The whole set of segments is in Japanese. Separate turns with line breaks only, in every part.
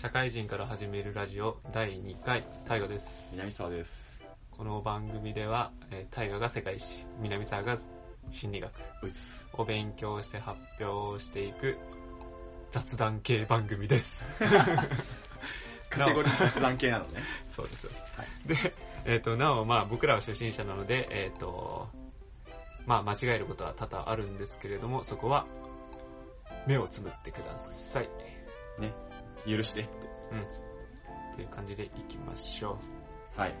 社会人から始めるラジオ第2回大河です
南沢です
この番組ではえー大河が世界史南沢が心理学
うつ
を勉強して発表していく雑談系番組です
カテゴリー雑談系なのね
そうです、
は
で、えー、となおまあ僕らは初心者なのでえっ、とまあ間違えることは多々あるんですけれどもそこは目をつむってください
ね許してって
という感じでいきましょう
はい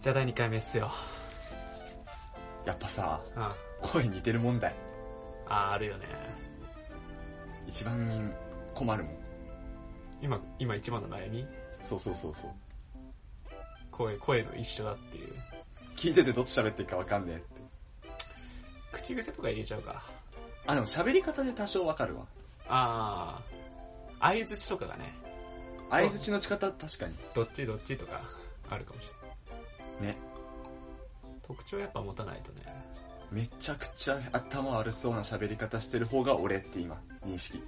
じゃあ第2回目っすよ
やっぱさ
あ
声似てる問題
ああるよね
一番困るもん
今今一番の悩み
そうそうそうそう
声声の一緒だっていう
聞いててどっち喋ってるかわかんねえって
口癖とか入れちゃうか
あでも喋り方で多少わかるわ
ああ相づちとかがね
相づちの仕方確かに
どっちどっちとかあるかもしれない
ね
特徴やっぱ持たないとね
めちゃくちゃ頭悪そうな喋り方してる方が俺って今認識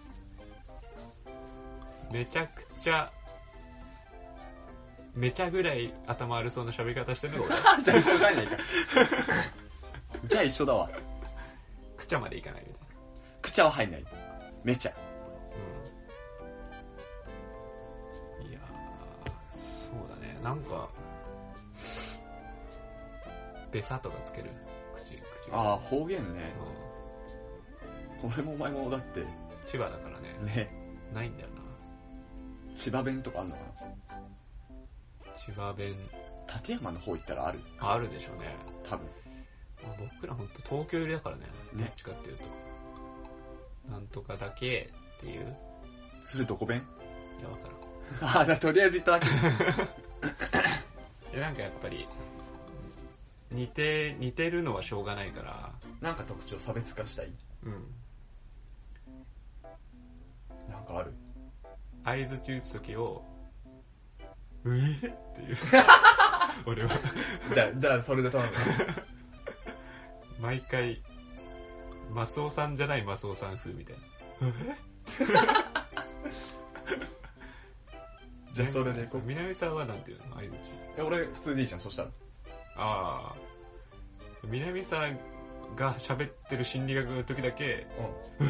めちゃくちゃめちゃぐらい頭悪そうな喋り方してるのが俺
じゃあ一緒じゃないか じゃあ一緒だわ
くちゃまでいかないみたい
くちゃは入んないめちゃ
なうんいやーそうだねなんかべさとかつける口口
ああ方言ね
うん
俺もお前もだって
千葉だからね
ね
ないんだよ
千葉弁とかあんのかな
な千葉弁
立山の方行ったらある
あるでしょうね、
多分
まあ、僕らほんと東京寄りだからねど
ね
っちかっていうとなんとかだけっていうい
それどこ弁
やわから
ああだとりあえず行っただけ
んいやなんかやっぱり似て似てるのはしょうがないから
なんか特徴差別化したい
うん
なんかある
相づち打つ時を「うえっ?」 っていう俺は
じゃあじゃあそれで頼 む
毎回マスオさんじゃないマスオさん風みたいな
じゃあそれで行こう
南さんはなんていうの相づち
え俺普通でいいじゃんそしたら
ああ南さんが喋ってる心理学の時だけ
う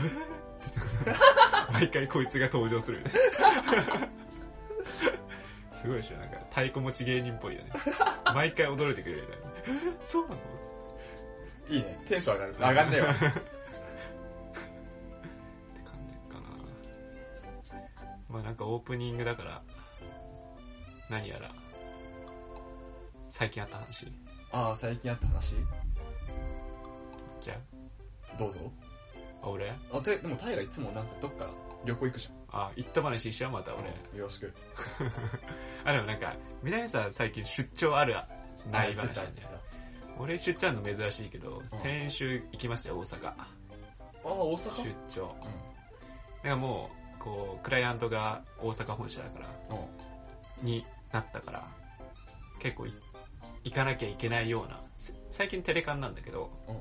毎回こいつが登場する すごいでしょなんか太鼓持ち芸人っぽいよね毎回驚いてくれるよね そうなのっ
んいいねテンション 上がる上がんねえわ
て感じかなまあなんかオープニングだから何やら最近あった話
ああ最近あった話
じゃ
どうぞ
ああ俺
あてでもタイがいつもなんかどっか旅行行くじ
あ行った話しようまた
ゃん
俺、
うんよろしく
あでもなんか南さん最近出張あるない
あ言っ
話
てた
な
言っ
ん
て
だ
た
よ俺出張あるの珍しいけど、
うん
先週行きましたよ大阪
ああ大阪
出張
うん
なんかもうこうクライアントが大阪本社だから
うん
になったから結構い行かなきゃいけないようなせ最近テレカンなんだけど
うん
い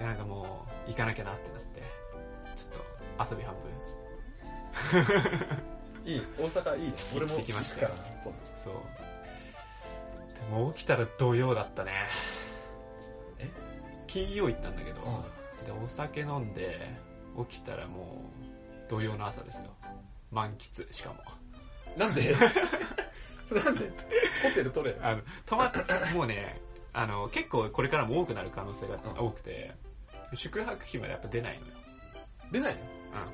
やなんかもう行かなきゃなってなってちょっと遊び半分
いい大阪いいね俺も
行ってきましたよ
行くから今度
そうでも起きたら土曜だったね
え
金曜行ったんだけど、
う
でお酒飲んで起きたらもう土曜の朝ですよ満喫しかも
なん でなんでホテル取れよ
あの泊まって もうねあの結構これからも多くなる可能性が
うん
多くて、宿泊費までやっぱ出ないのよ、
出ないの
うん、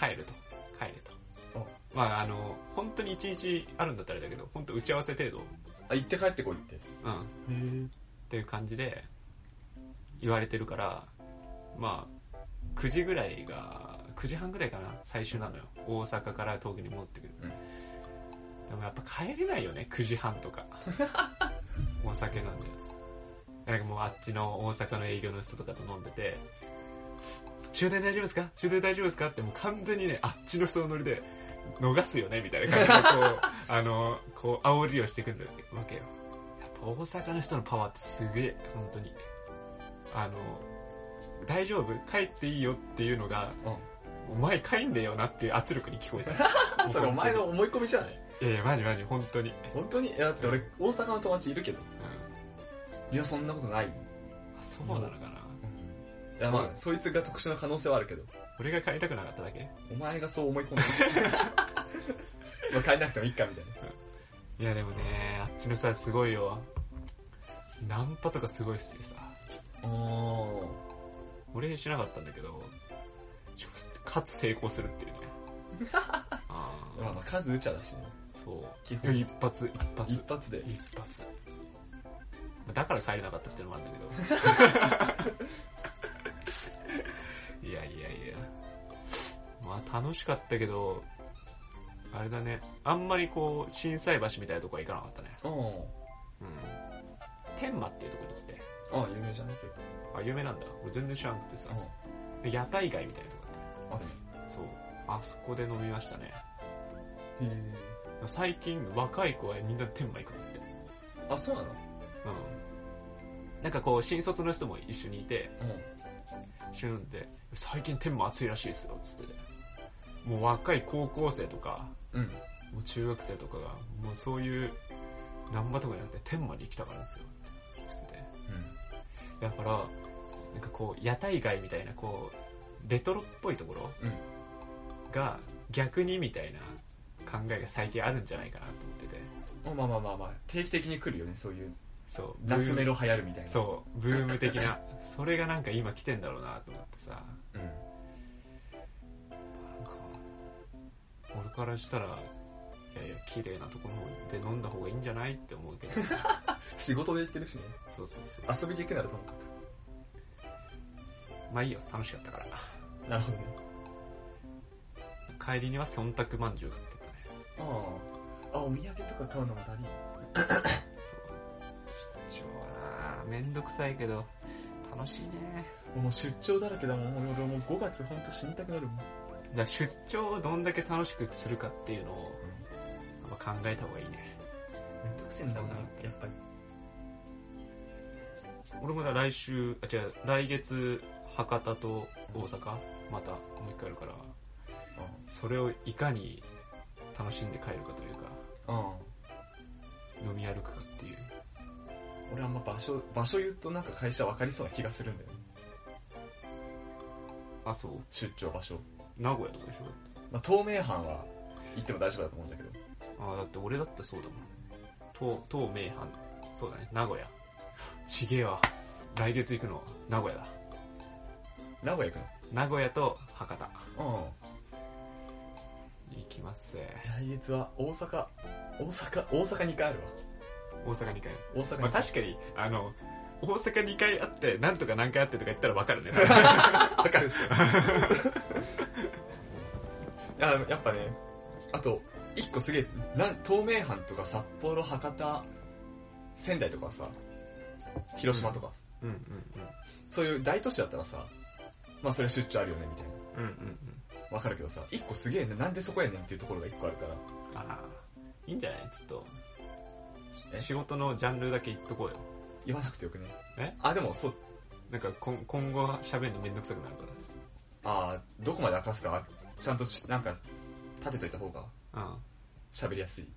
帰ると帰れと
うん
まああの本当に1日あるんだったらあれだけど本当打ち合わせ程度
あ行って帰ってこいってへ
うん
え
っていう感じで言われてるからまあ9時ぐらいが9時半ぐらいかな最終なのよ大阪から東京に戻ってくる、
うん
でもやっぱ帰れないよね9時半とか お酒飲んでなんかもうあっちの大阪の営業の人とかと飲んでて終電大丈夫ですか終電大丈夫ですかってもう完全にねあっちの人のノリで逃すよねみたいな感じでこう あのこう煽りをしてくるわけよやっぱ大阪の人のパワーってすげえ本当にあの大丈夫帰っていいよっていうのが
うん
お前帰んねえよなっていう圧力に聞こえた
それお前の
もう
思い込みじゃない
本当にいやいやマジマジ本当に、
本当にいやだって俺大阪の友達いるけど
うん
いやそんなことない
あそうなのかな、
いやまあ、
うん
そいつが特殊な可能性はあるけど
俺が帰りたくなかっただけ
お前がそう思い込んで るまあ帰んなくてもいいかみたいない
やでもねあっちのさすごいよナンパとかすごいっすよさ
お
俺しなかったんだけどかつ成功するってい うねあ
ーまあまあ数打ちゃだしね
ーそう
基
い
本
や一発一発
一発で
一発だから帰れなかったってのもあるんだけどいやいやいやまあ楽しかったけどあれだねあんまりこう心斎橋みたいなとこは行かなかったね
おお
うん天満っていうとこに行って
ああ有名じゃない結
あ有名なんだ俺全然知らなくてさ
構
で屋台街みたいなとこ
あ
だったそうあそこで飲みましたね
へえ
最近若い子はみんな天満行くんだって
あそうなの
うんなんかこう新卒の人も一緒にいて
うん
シュンって「最近天も暑いらしいですよ」っつってもう若い高校生とか
うん
もう中学生とかがもうそういう難波とかじゃなくて天まで行きたがるんですよっつっててだからなんかこう屋台街みたいなこうレトロっぽいところ
うん
が逆にみたいな考えが最近あるんじゃないかなと思ってて
うんまあまあまあまあ定期的に来るよねそういう
そう
夏メロ流行るみたいな
そうブーム的なそれがなんか今来てんだろうなと思ってさ
うん
なんか俺からしたらいやいや綺麗なところで飲んだ方がいいんじゃないって思うけど
仕事で行ってるしね
そうそうそう
遊びに行くならともか
まあいいよ楽しかったから
くなるほどね
帰りには忖度まんじゅう買ってったね
ああお土産とか買うのもだり
そう出張はなめんどくさいけど楽しいね
もう出張だらけだもん俺もう5月ほんと死にたくなるもん
だから出張をどんだけ楽しくするかっていうのをやっぱ考えた方がいいね
めんどくせえんだもんな
そう
やっぱり
俺もだ来週あ違う来月博多と大阪またもう一回あるからそれをいかに楽しんで帰るかというか
うん
飲み歩くかっていう
俺あんま場所場所言うとなんか会社分かりそうな気がするんだよね
あそう
出張場所
名古屋とかでし
まあ透明班は行っても大丈夫だと思うんだけど
ょあだって俺だってそうだもん東東名阪そうだね名古屋ちげえわ来月行くのは名古屋だ
名古屋行
名古屋と博多
くの
行きます
うん来月は大阪大阪大阪2回あるわ
大阪2回、
大阪
まあ、
2回
確かにあの大阪2回あってなんとか何回あってとか言ったら分かるね
分かるでしょいややっぱねあと1個すげえなん東名阪とか札幌博多仙台とかさ広島とか、
うんうん
そういう大都市だったらさまあそれは出張あるよねみたいな
うんうんうん
わかるけどさ、一個すげえね、なんでそこやねんっていうところが一個あるから。
うんああいいんじゃないちょっと
え
仕事のジャンルだけ言っとこうよ
言わなくてよくね。
え
あ、でも、そう、
なんか今今後喋るのめんどくさくなるか
あーどこまで明かすか、ちゃんとし、なんか、立てといた方が
らうん
喋りやすい。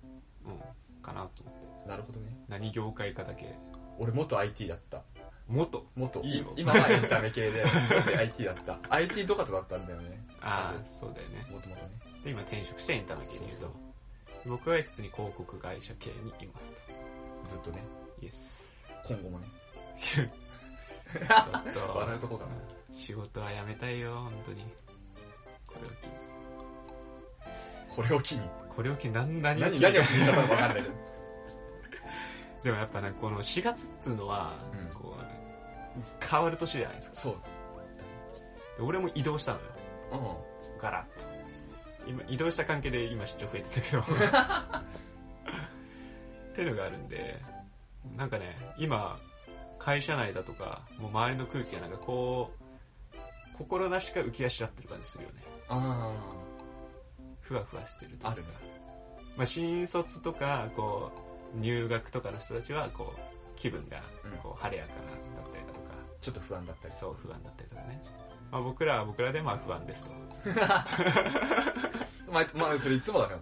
うん、かなと思って。
なるほどね。
何業界かだけ。
俺元 IT だった。
元
元。
いいの
今はエンタメ系で、元 IT だった。IT とかとだったんだよね。
ああ、そうだよね。
もともとね。
で、今転職してエンタメ系にいる
そう
と。僕は普通に広告会社系にいますと。
ずっとね。
イエ ス。
今後もね。
ちょっと。
笑うとこだな
仕事はやめたいよ、本当に。これを機に。
これを機に。
これを機に何、何を機
何、
に
何を気にしちゃったのかわかんないけ ど。
でもやっぱね、この4月っつうのは
うん、
こう、変わる年じゃないですか。
そう。
で俺も移動したのよ。
うん。
ガラッと。今、移動した関係で今出張増えてた けど。っていうのがあるんで、なんかね、今、会社内だとか、もう周りの空気がなんかこう、心なしか浮き足立ってる感じするよね。
あ
ふわふわしてると
あ。
いう
あ
か
るな。
まあ、新卒とか、こう、入学とかの人たちは、こう、気分が
うん、
こう、晴れやかなだったりだとか、
ちょっと不安だったり。
そう不安だったりとかね。まあ、僕らは僕らでまあ不安ですと。
まあ、まあ、それいつもだから。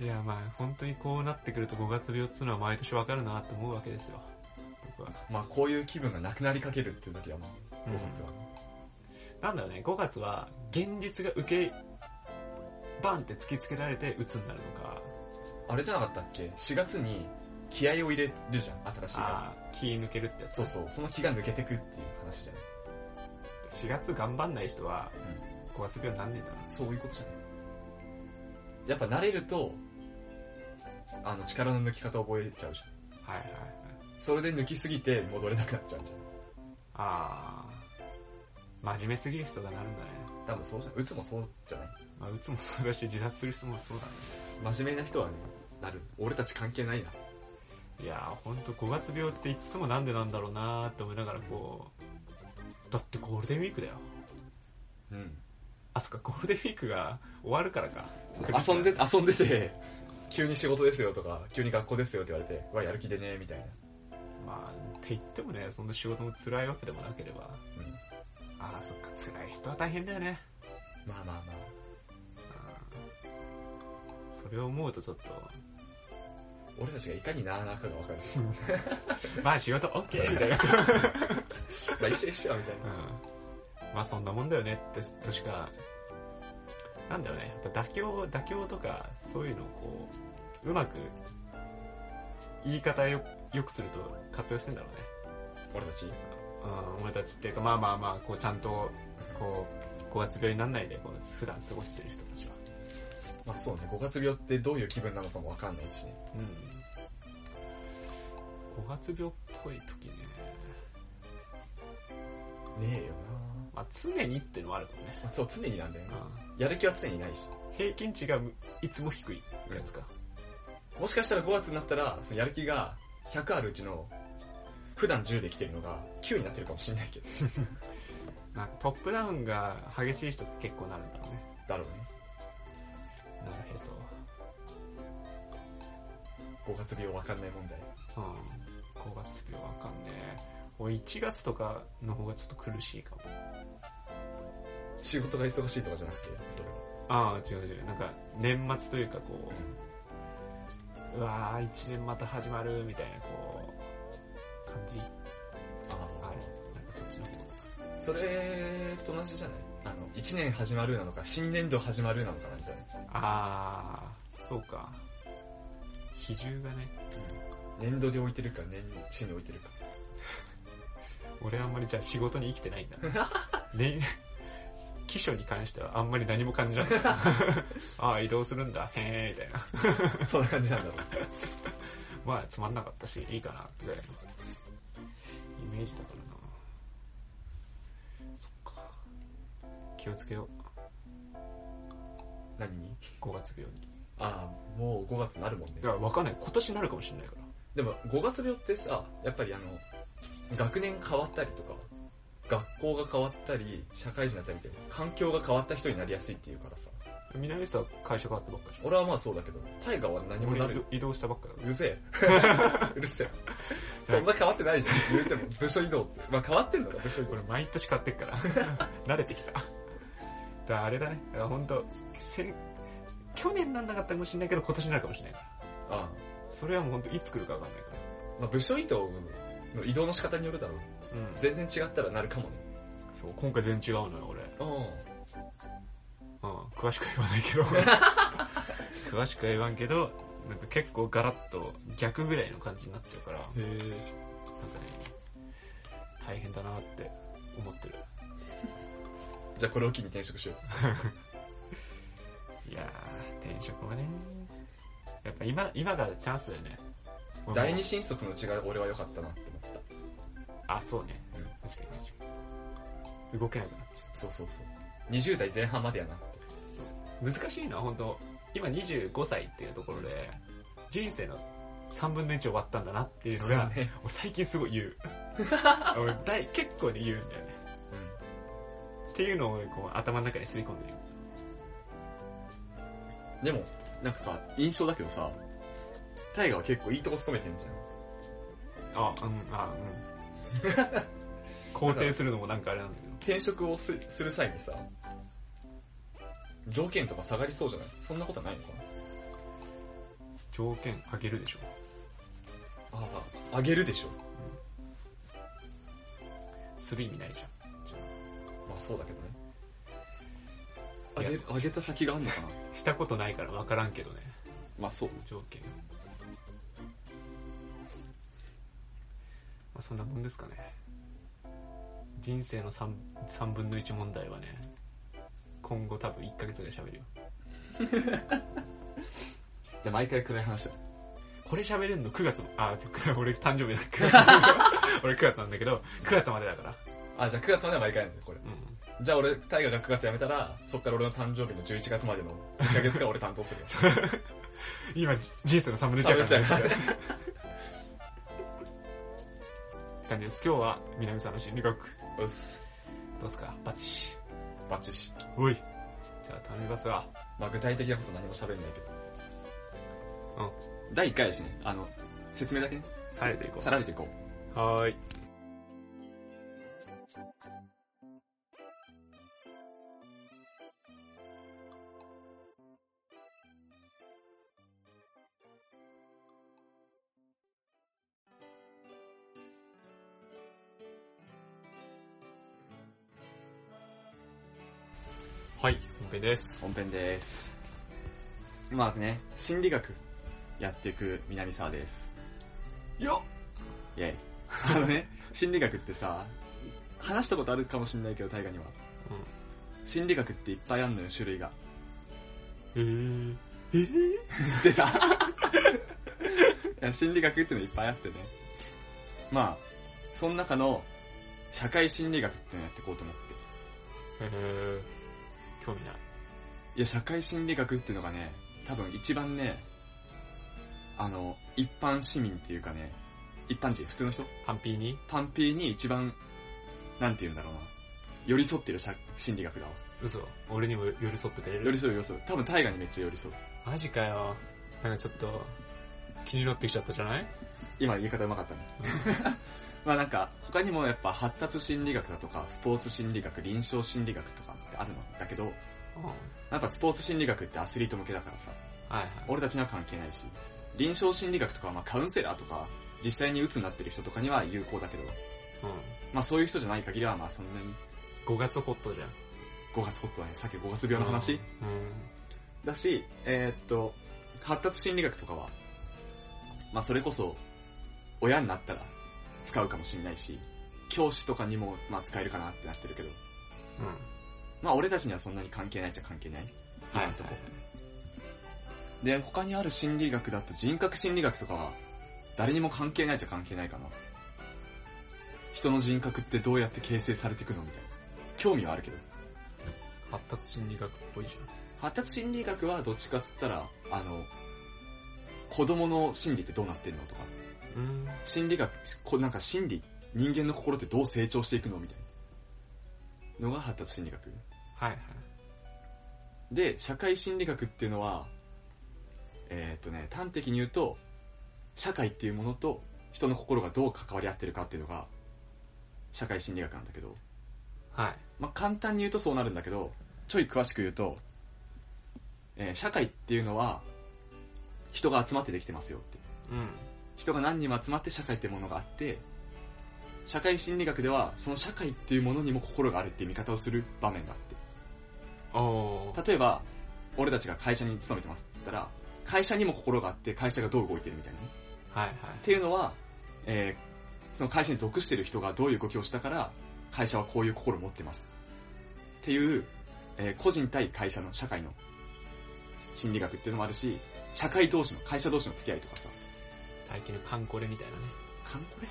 いや、まあ、本当にこうなってくると5月病っつうのは毎年わかるなって思うわけですよ。僕は。
まあ、こういう気分がなくなりかけるっていう時はもう、
うん
5月は。
なんだろうね、5月は現実が受け、バンって突きつけられて鬱になるのか、
あれじゃなかったっけ ?4 月に気合を入れるじゃん、新しいから。
ああ、気抜けるってやつ。
そうそう、その気が抜けてくっていう話じゃない。
4月頑張んない人は、5月病になんねえんだな。
そういうことじゃない。やっぱ慣れると、あの、力の抜き方覚えちゃうじゃん。
はいはいはい。
それで抜きすぎて戻れなくなっちゃうじゃ
ああ、真面目すぎる人がなるんだね。
ん。多分そうじゃん。うつもそうじゃない。
まあ、鬱もそうだし、自殺する人もそうだね。
真面目な人はね、なる。俺たち関係ないな。
いやー、ほんと5月病っていっつもなんでなんだろうなーって思いながらこう、だってゴールデンウィークだよ。
うん。
あ、そっか、ゴールデンウィークが終わるからか。
遊んで、遊んでて、急に仕事ですよとか、急に学校ですよって言われて、わ、やる気でねみたいな。
まあ、って言ってもね、そんな仕事も辛いわけでもなければ。
うん。
ああ、そっか、辛い人は大変だよね。
まあまあまあ。
うんそれを思うとちょっと、
俺たちがいかになあなあかがわかる。
まあ仕事 OK! みたいな。
まあ一緒一緒やみたいな。
うんまあそんなもんだよねってとしか、なんだろうね、やっぱ妥協、妥協とか、そういうのをこう、うまく、言い方よよくすると活用してんだろうね。
俺たち
うん、俺たちっていうか、まあまあまあ、こうちゃんと、こう、5月病にならないで、こう、普段過ごしてる人たちは。
まあそうね、5月病ってどういう気分なのかもわかんないしね。
うん。5月病っぽい時ね。
ねえよ
まあ常にってのはあるかもね
な。まあそう、常になんだよね。
う
やる気は常にないし。
ん。平均値がむいつも低いってやつか。
もしかしたら5月になったら、そのやる気が100あるうちの、普段10で来てるのが9になってるかもしんないけど。
なんかトップダウンが激しい人って結構なるんだろうね。
だろうね。
なるへそ。
5月病わかんない問題。
うん。5月病わかんねえ。俺1月とかの方がちょっと苦しいかも。
仕事が忙しいとかじゃなくて、それは。
ああ、違う違う。なんか年末というかこう、うわー1年また始まるみたいなこう、感じ。あ
あ
る。なんかそっちの方
あ。それと同じじゃないあの、1年始まるなのか、新年度始まるなのかなんじゃない
ああ、そうか。比重がね、
年度で置いてるか、年始に置いてるか。
俺あんまりじゃあ仕事に生きてないんだ。ね、秘書に関してはあんまり何も感じなかった。ああ、移動するんだ、へえ、みたいな。
そんな感じなんだろう。
まあ、つまんなかったし、いいかな、ぐらいのイメージだからな。そっか。気をつけよう、
何に
5月病に。
ああ、もう5月になるもんね
だか。らわかんない。今年になるかもしれないから。
でも5月病ってさ、やっぱりあの、学年変わったりとか、学校が変わったり、社会人になったりって、環境が変わった人になりやすいっていうからさ。
南さん会社変わったばっかでしょ。
俺はまあそうだけど、大河は何もな
俺移
る
動。移動したばっかだか
うるせえ。 うるせえ。そんな変わってないじゃん。言うても、部署移動って。まあ変わってんのか、部署移
ら。
動。
俺毎年買ってっから。 慣れてきた。だからあれだね。だからほんと、先去年なんなかったかもしれないけど、今年になるかもしれないから。
ああ
それはもう本当いつ来るかわかんないから。
まあ部署移動の移動の仕方によるだろう。
うん
全然違ったらなるかもね。
そう、今回全然違うのよ、俺。
う
うん、詳しくは言わないけど。詳しくは言わんけど、なんか結構ガラッと逆ぐらいの感じになっちゃうから、なんか
ん。へえ。
ね、大変だなって思ってる。
じゃあこれを機に転職しよ
いやー、転職はね、やっぱ今、今がチャンスだよね。
う。第二新卒のうちが俺は良かったなって思った。
あ、そうね。
うん
確かに確かに。動けなくなっちゃ
そうそうそう。20代前半までやなって。
う。難しいな、本当今25歳っていうところで、人生の3分の1終わったんだなっていうのが、
ね。
俺最近すごい言う。俺大結構ね言うんだよね。っていうのをこう頭の中に吸い込んでるよ。
でも、なんかさ、印象だけどさ、タイガは結構いいとこ勤めてんじゃん。
あ、うん、あ、うん。肯定するのもなんかあれなんだけど。
転職をすする際にさ、条件とか下がりそうじゃないそんなことはないのかな
条件上げるでしょ。
ああ、あげるでしょ。
する意味ないじゃん。じゃ
まあそうだけどね。あげる、あげた先があんのかな
あしたことないから分からんけどね。
まあそう。
条件。まあ、そんなもんですかね。人生の 3, 3分の1問題はね、今後多分1ヶ月ぐらい喋るよ。
じゃあ毎回暗い話だ。
これ喋れんの9月も、あ、 てか俺誕生日だ。俺9月 なんだけど、9月までだから。
あ、じゃあ9月までは毎回やんだよ、これ。
うん。
じゃあ俺、タイガが9月辞めたら、そっから俺の誕生日の11月までの1ヶ月間俺担当するよ。 そう
今、じ人生の3分の1だ
ち
か
ゃ
ら、
う
ね。
から。
感じです。今日は南さんの心理学。ど
うっす。
うですかバッチ。
バッチし。
おい。じゃあ頼みますわ。
まあ具体的なこと何も喋んないけど。
うん。
第1回ですね。あの、説明だけね。
されていこ
さられていこう。
う。はーい。はい、本編です。
本編です。まあね、心理学やっていく南沢です。よっイェイ。あのね、心理学ってさ、話したことあるかもしんないけど、大河には。心理学っていっぱいあんのよ、種類が。
うん。えー、えー、
出たいや心理学っていうのいっぱいあってね。まあ、その中の社会心理学っていうのやっていこうと思って。
えー、興味ない。
いや、社会心理学っていうのがね、多分一番ね、あの、一般市民っていうかね、一般人、普通の人
パンピーに
パンピーに一番、なんて言うんだろうな。寄り添ってる社心理学だわ。
嘘。俺にも寄り添ってくれる
寄り添う寄り添う。多分大河にめっちゃ寄り添う。
マジかよ。なんかちょっと、気になってきちゃったじゃない
今の言い方うまかったね。 まあなんか、他にもやっぱ発達心理学だとか、スポーツ心理学、臨床心理学とかってあるのだけど、
うん。はい
やっぱスポーツ心理学ってアスリート向けだからさ、
はい。
俺たちには関係ないし、臨床心理学とかはまあカウンセラーとか、実際に鬱になってる人とかには有効だけど、
うん。
まあそういう人じゃない限りはまあそんなに
5月ホットじゃん。
5月ホットだね。さっき5月病の話、
うん。
だし、えーっと、発達心理学とかは、まあそれこそ、親になったら使うかもしれないし、教師とかにも、まあ使えるかなってなってるけど、
うん。
まあ俺たちにはそんなに関係ないっちゃ関係ない。
はい
今
は
の
い
とこ。で、他にある心理学だと人格心理学とかは、誰にも関係ないっちゃ関係ないかな。人の人格ってどうやって形成されていくのみたいな。興味はあるけど。
発達心理学っぽいじ
発達心理学はどっちかっつったら、あの、子供の心理ってどうなってんのとか、
ゃん。うん。
心理学、こなんか心理、人間の心ってどう成長していくのみたいなのが発達心理学。
はいはい。
で、社会心理学っていうのは、えーっとね、端的に言うと、社会っていうものと人の心がどう関わり合ってるかっていうのが、社会心理学なんだけど、
はい。
まあ、簡単に言うとそうなるんだけど、ちょい詳しく言うと、えー社会っていうのは、人が集まってできてますよって。
うん。
人が何人も集まって社会ってものがあって、社会心理学では、その社会っていうものにも心があるっていう見方をする場面があって。
おー。
例えば、俺たちが会社に勤めてますって言ったら、会社にも心があって、会社がどう動いてるみたいなね。
はいはい。
っていうのは、えーその会社に属してる人がどういう動きをしたから、会社はこういう心を持ってます。っていう、えー個人対会社の社会の心理学っていうのもあるし、社会同士の、会社同士の付き合いとかさ、
最近のカンコレみたいなね。
カンコレ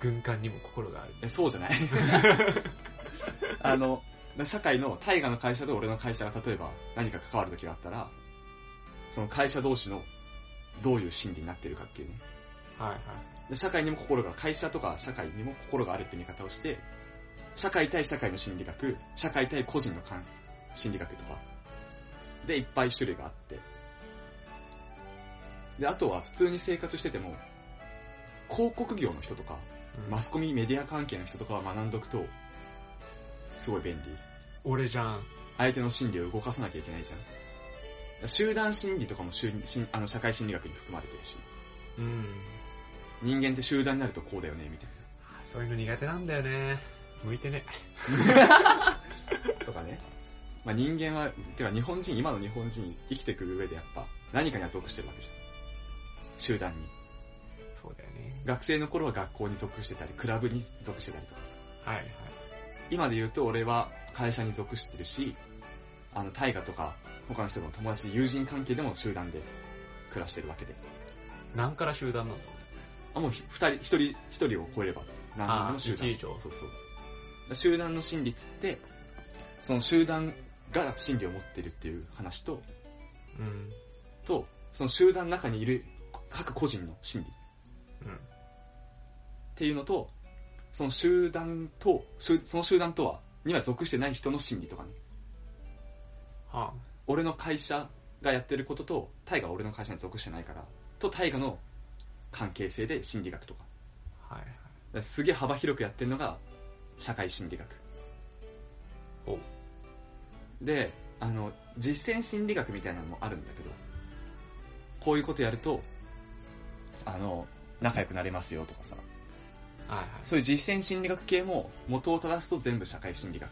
軍艦にも心がある。
え、そうじゃないあの、社会の、大河の会社と俺の会社が例えば何か関わる時があったら、その会社同士のどういう心理になってるかっていうね。
はいはい。
で社会にも心が、会社とか社会にも心があるって見方をして、社会対社会の心理学、社会対個人の関心理学とか、でいっぱい種類があって。で、あとは普通に生活してても、広告業の人とか、
うん
マスコミメディア関係の人とかは学んどくと、すごい便利。
俺じゃん。
相手の心理を動かさなきゃいけないじゃん。集団心理とかも集心あの社会心理学に含まれてるし、
うん。
人間って集団になるとこうだよね、みたい
そういうの苦手なんだよね。向いてね。
な。とかね。まあ、人間は、てか日本人、今の日本人生きてく上でやっぱ何かには属してるわけじゃん。集団に。
そうだよね。
学生の頃は学校に属してたり、クラブに属してたりとかさ。
はいはい。
今で言うと俺は会社に属してるし、あの、大河とか他の人の友達、友人関係でも集団で暮らしてるわけで。
何から集団なんだろうね。
あ、もうひ二人、一人、一人を超えれば、何人でも集
あ
団。
ー一以上
そうそう。だから集団の心理っつって、その集団が心理を持ってるっていう話と、
うん。
と、その集団の中にいる各個人の心理っ
うん。
ていうのと、その集団と、集その集団とは、には属してない人の心理とかね。
はあ。
俺の会社がやってることと、タイが俺の会社に属してないから、とタイガの関係性で心理学とか。
はいはい。
だからすげえ幅広くやってるのが、社会心理学。
おう。
であの実践心理学みたいなのもあるんだけどこういうことやるとあの仲良くなれますよとかさ
はいはい。
そういう実践心理学系も元を正すと全部社会心理学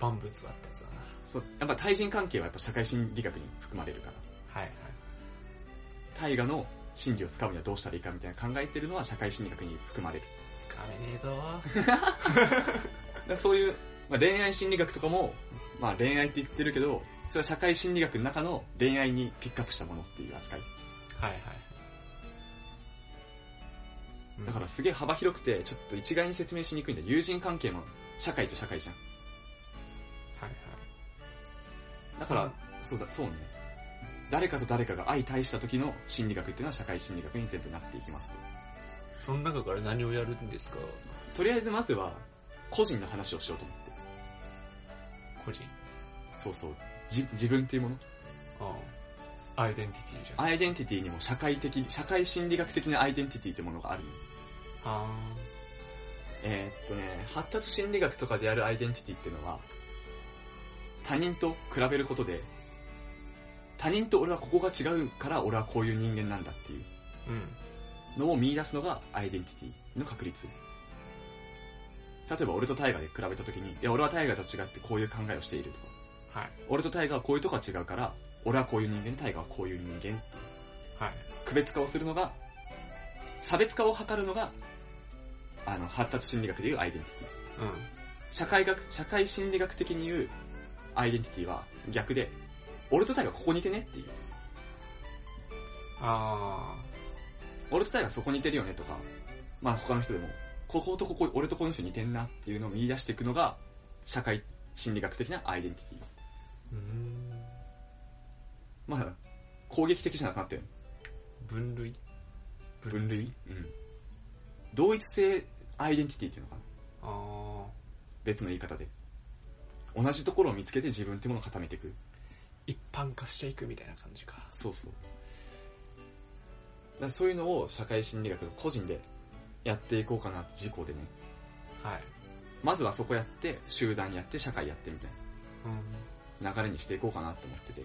万物があったやつだな。
そうやっぱ対人関係はやっぱ社会心理学に含まれるか
は
ら
いはい。
大河の心理を使うにはどうしたらいいかみたいな考えてるのは社会心理学に含まれる
つかめね えぞ。
だからそういう、まあ、恋愛心理学とかも、まあ、恋愛って言ってるけどそれは社会心理学の中の恋愛にピックアップしたものっていう扱い
はいはい。うん
だから、すげえ幅広くて、ちょっと一概に説明しにくいんだ。友人関係も、社会っちゃ社会じゃん。
はいはい。
だから、
うん
そうだ、そうね。誰かと誰かが相対した時の心理学っていうのは社会心理学に全部なっていきます。
その中から何をやるんですか
とりあえずまずは、個人の話をしようと思って。
個人。
そうそう。じ、自分っていうもの。
ああ。アイデンティティじゃん。あ
アイデンティティにも社会的、社会心理学的なアイデンティティってものがあるの。
あ
えーっとね、発達心理学とかでやるアイデンティティってのは、他人と比べることで、他人と俺はここが違うから俺はこういう人間なんだっていう
ー。うん。
のを見出すのがアイデンティティの確率。例えば俺とタイガーで比べた時に、いや俺はタイガーと違ってこういう考えをしているとか、
はい。
俺とタイガーはこういうとこは違うから、俺はこういう人間、タイガーはこういう人間、
はい。
区別化をするのが、差別化を図るのが、あの、発達心理学でいうアイデンティティ。
うん。
社会学、社会心理学的に言うアイデンティティは逆で、俺とタイがここ似てねっていう。
あ
俺とタイがそこ似てるよねとか、まあ他の人でも、こことここ、俺とこの人似てんなっていうのを見出していくのが、社会心理学的なアイデンティティ。
ー。うーん。
まあ、攻撃的じゃなくなってる。
分類
分類うん。同一性アイデンティティっていうのかな
ああ。
別の言い方で。同じところを見つけて自分ってものを固めていく。
一般化していくみたいな感じか。
そうそう。だからそういうのを社会心理学の個人でやっていこうかなって事項でね。
はい。
まずはそこやって、集団やって、社会やってみたい
うん。
な流れにしていこうかなって思ってて。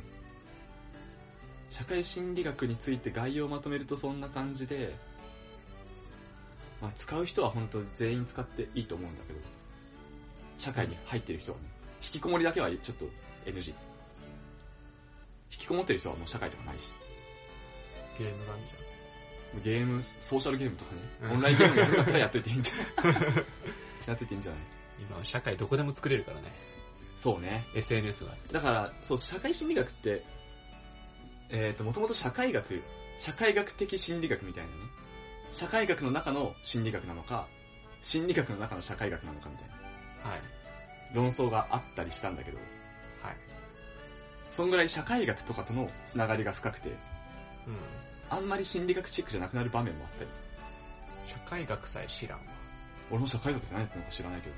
社会心理学について概要をまとめるとそんな感じで、まあ使う人は本当全員使っていいと思うんだけど、社会に入ってる人はね、引きこもりだけはちょっと NG。引きこもってる人はもう社会とかないし。
ゲームなんじ
ゲーム、ソーシャルゲームとかね、
うん
オンラインゲームやるんだったらやってていいんじゃない やってていいんじゃない
ゃん。今は社会どこでも作れるからね。
そうね。
SNS があって。
だから、そう、社会心理学って、えっ、と、もともと社会学、社会学的心理学みたいなね。社会学の中の心理学なのか、心理学の中の社会学なのかみたいな
はい。
論争があったりしたんだけど、
はい。
そんぐらい社会学とかとのつながりが深くて、
うん。
あんまり心理学チックじゃなくなる場面もあったり、
社会学さえ知らんわ。
俺も社会学じゃないってのか知らないけど、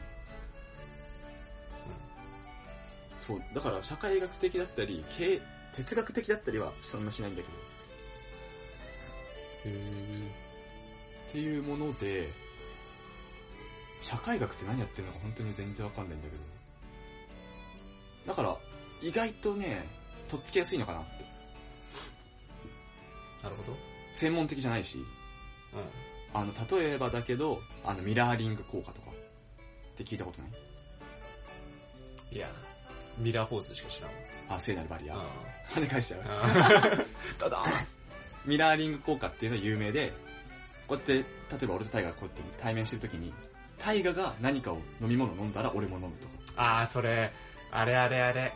そう、だから社会学的だったり、経哲学的だったりはそんなしないんだけど、
へ
っていうもので、社会学って何やってるのか本当に全然わかんないんだけど。だから、意外とね、とっつきやすいのかなって。
ーなるほど。
専門的じゃないし、
うん。
あの、例えばだけど、あの、ミラーリング効果とかって聞いたことない
いや、ミラーポーズしか知らんわ。
あ、聖なるバリア。
あ
跳ね返しちゃう。
あ。ダダーン
ミラーリング効果っていうのは有名で、こうやって、例えば俺とタイガがこうやって対面してるときに、タイガが何かを飲み物飲んだら俺も飲むとか。
ああ、それ、あれあれあれ。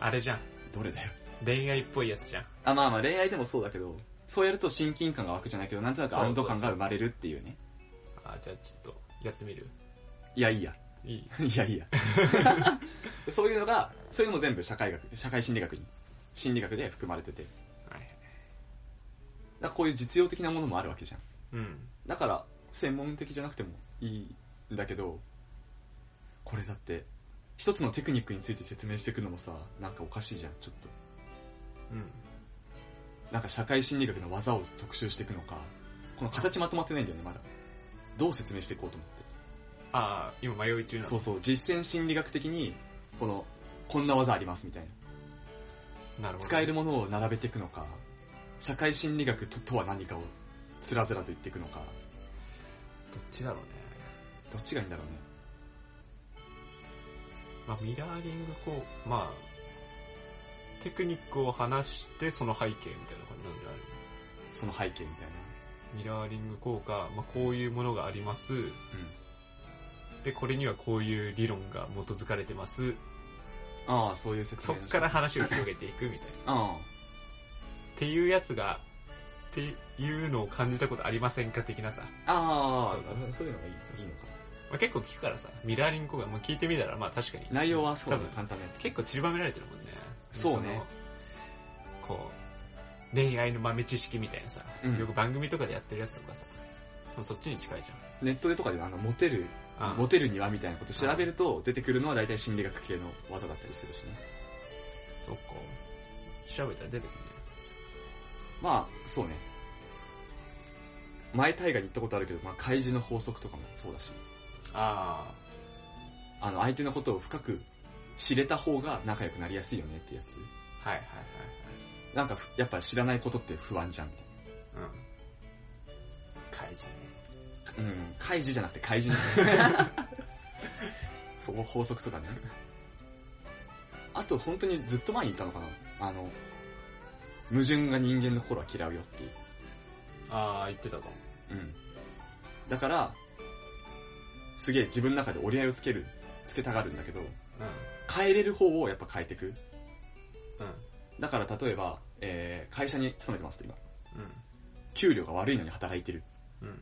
あれじゃん。
どれだよ。
恋愛っぽいやつじゃん。
あ、まあまあ恋愛でもそうだけど、そうやると親近感が湧くじゃないけど、なんとなく安堵感が生まれるっていうね。
あーじゃあちょっと、やってみる
いやいいや。
いい
いやい や。そういうのが、そういうのも全部社会学、社会心理学に、心理学で含まれてて。だか
はいはい。
らこういう実用的なものもあるわけじゃん。
うん。
だから、専門的じゃなくてもいいんだけど、これだって、一つのテクニックについて説明していくのもさ、なんかおかしいじゃん、ちょっと。
うん。
なんか社会心理学の技を特集していくのか、この形まとまってないんだよね、まだ。どう説明していこうと思って。
ああ、今迷い中なの
そうそう、実践心理学的に、この、こんな技ありますみたいな。
なるほど。
使えるものを並べていくのか、社会心理学ととは何かを、つらつらと言っていくのか、
どっちだろうね。
どっちがいいんだろうね。
まあ、ミラーリングこう、まあ、テクニックを話して、その背景みたいな感じなんじゃない
その背景みたい
ミラーリング効果、まあ、こういうものがあります。
な。うん。
で、これにはこういう理論が基づかれてます。
ああ、そういう説
そ
明
っ
の仕
か
方
ら話を広げていくみたいな。
あ
っていうやつが、っていうのを感じたことありませんか的なさ。
あ。ああ。
そうそう
いうのがいいいいのか。
まあ、結構聞くからさ、ミラーリング効果、まあ、聞いてみたら、まあ確かに。
内容はそうだね
多、分
簡単なやつ。
結構散りばめられてるもんね。
そうね
その。こう、恋愛の豆知識みたいなさ、
うん
よく番組とかでやってるやつとかさ、そっちに近いじ
ネットでとかであの、モテる、
ゃん。あ
モテるにはみたいなこと調べると出てくるのは大体心理学系の技だったりするしね。
そっか。調べたら出てくるね。
まあ、そうね。前大河に行ったことあるけど、まあ、開示の法則とかもそうだし、
あ
あの、相手のことを深く知れた方が仲良くなりやすいよねってやつ。
あ、はいはい
なんかふ、やっぱ知らないことって不安じゃん、みたいな。
はいはい。うん。開示ね。
うん、開示じゃなくて開示ね。 そこ法則とかね。あと本当にずっと前に言ったのかなあの、矛盾が人間の心は嫌うよっていう。
ああ、言ってたかも。
うん。だから、すげえ自分の中で折り合いをつける、つけたがるんだけど、
う
変えれる方をやっぱ変えていく。
ん。うん。
だから例えば、えー、会社に勤めてますと今。
う
給料が悪いのに働いてる。
ん。うん。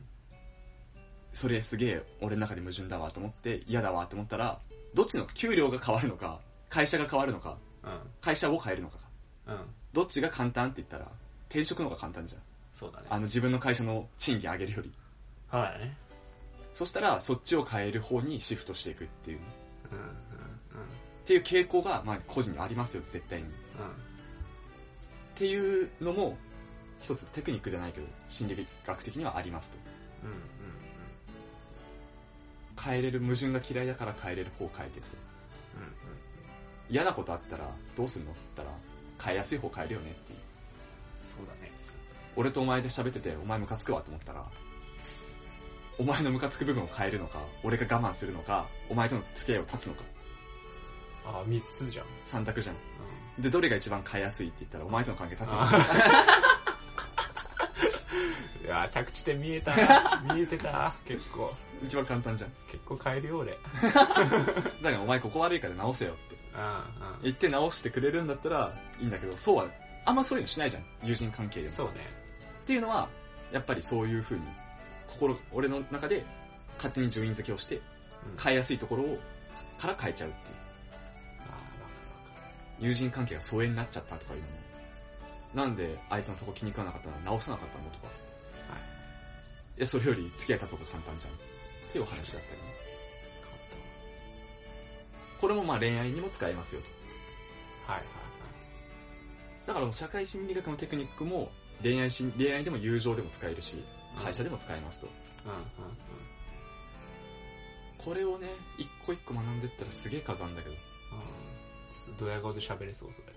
それすげえ俺の中で矛盾だわと思って嫌だわと思ったらどっちの給料が変わるのか会社が変わるのか
うん。
会社を変えるのか
うん。
どっちが簡単って言ったら転職の方が簡単じゃん
そうだね。
あの自分の会社の賃金上げるより
はいね。
そしたらそっちを変える方にシフトしていくっていうね
うん。うん。
っていう傾向がまあ個人にはありますよ絶対にっ
うん。
ていうのも一つテクニックじゃないけど心理学的にはありますと
うん。うん。
変えれる矛盾が嫌いだから変えれる方を変えていくと
うん。うん。
嫌なことあったらどうするのっつったら変えやすい方変えるよねっていう
そうだね。
俺とお前で喋ってて、お前ムカつくわと思ったら、お前のムカつく部分を変えるのか、俺が我慢するのか、お前との付き合いを断つのか、
ああ、三つじゃん。
三択じゃん。
う
で、どれが一番変えやすいって言ったら、お前との関係断つの
あ
か。
ん。いやー着地点見えたな。見えてた。結構。
一番簡単じゃん。
結構変えるよ、俺。
だからお前ここ悪いから直せよって。
うん。う
言って直してくれるんだったら、いいんだけど、そうは、あんまそういうのしないじゃん。友人関係で
ん。
も。
そうね。
っていうのは、やっぱりそういう風に、心、俺の中で、勝手に順位付けをして、
うん
変えやすいところを、から変えちゃうっていう。
ああ、わかるわか
友人関係が疎遠になっちゃったとかいうのも、なんであいつのそこ気に食わなかったの直さなかったのとか、
る。はい。
いや、それより付き合い立つ方が簡単じゃん。っていうお話だったりね。これもまあ恋愛にも使えますよと。
はいはいはい。
だから社会心理学のテクニックも恋愛し、恋愛でも友情でも使えるし、会社でも使えますと。
うんうんうん。
これをね、一個一個学んでったらすげえ数あんだけど、
ちょっとドヤ顔で喋れそう、それ。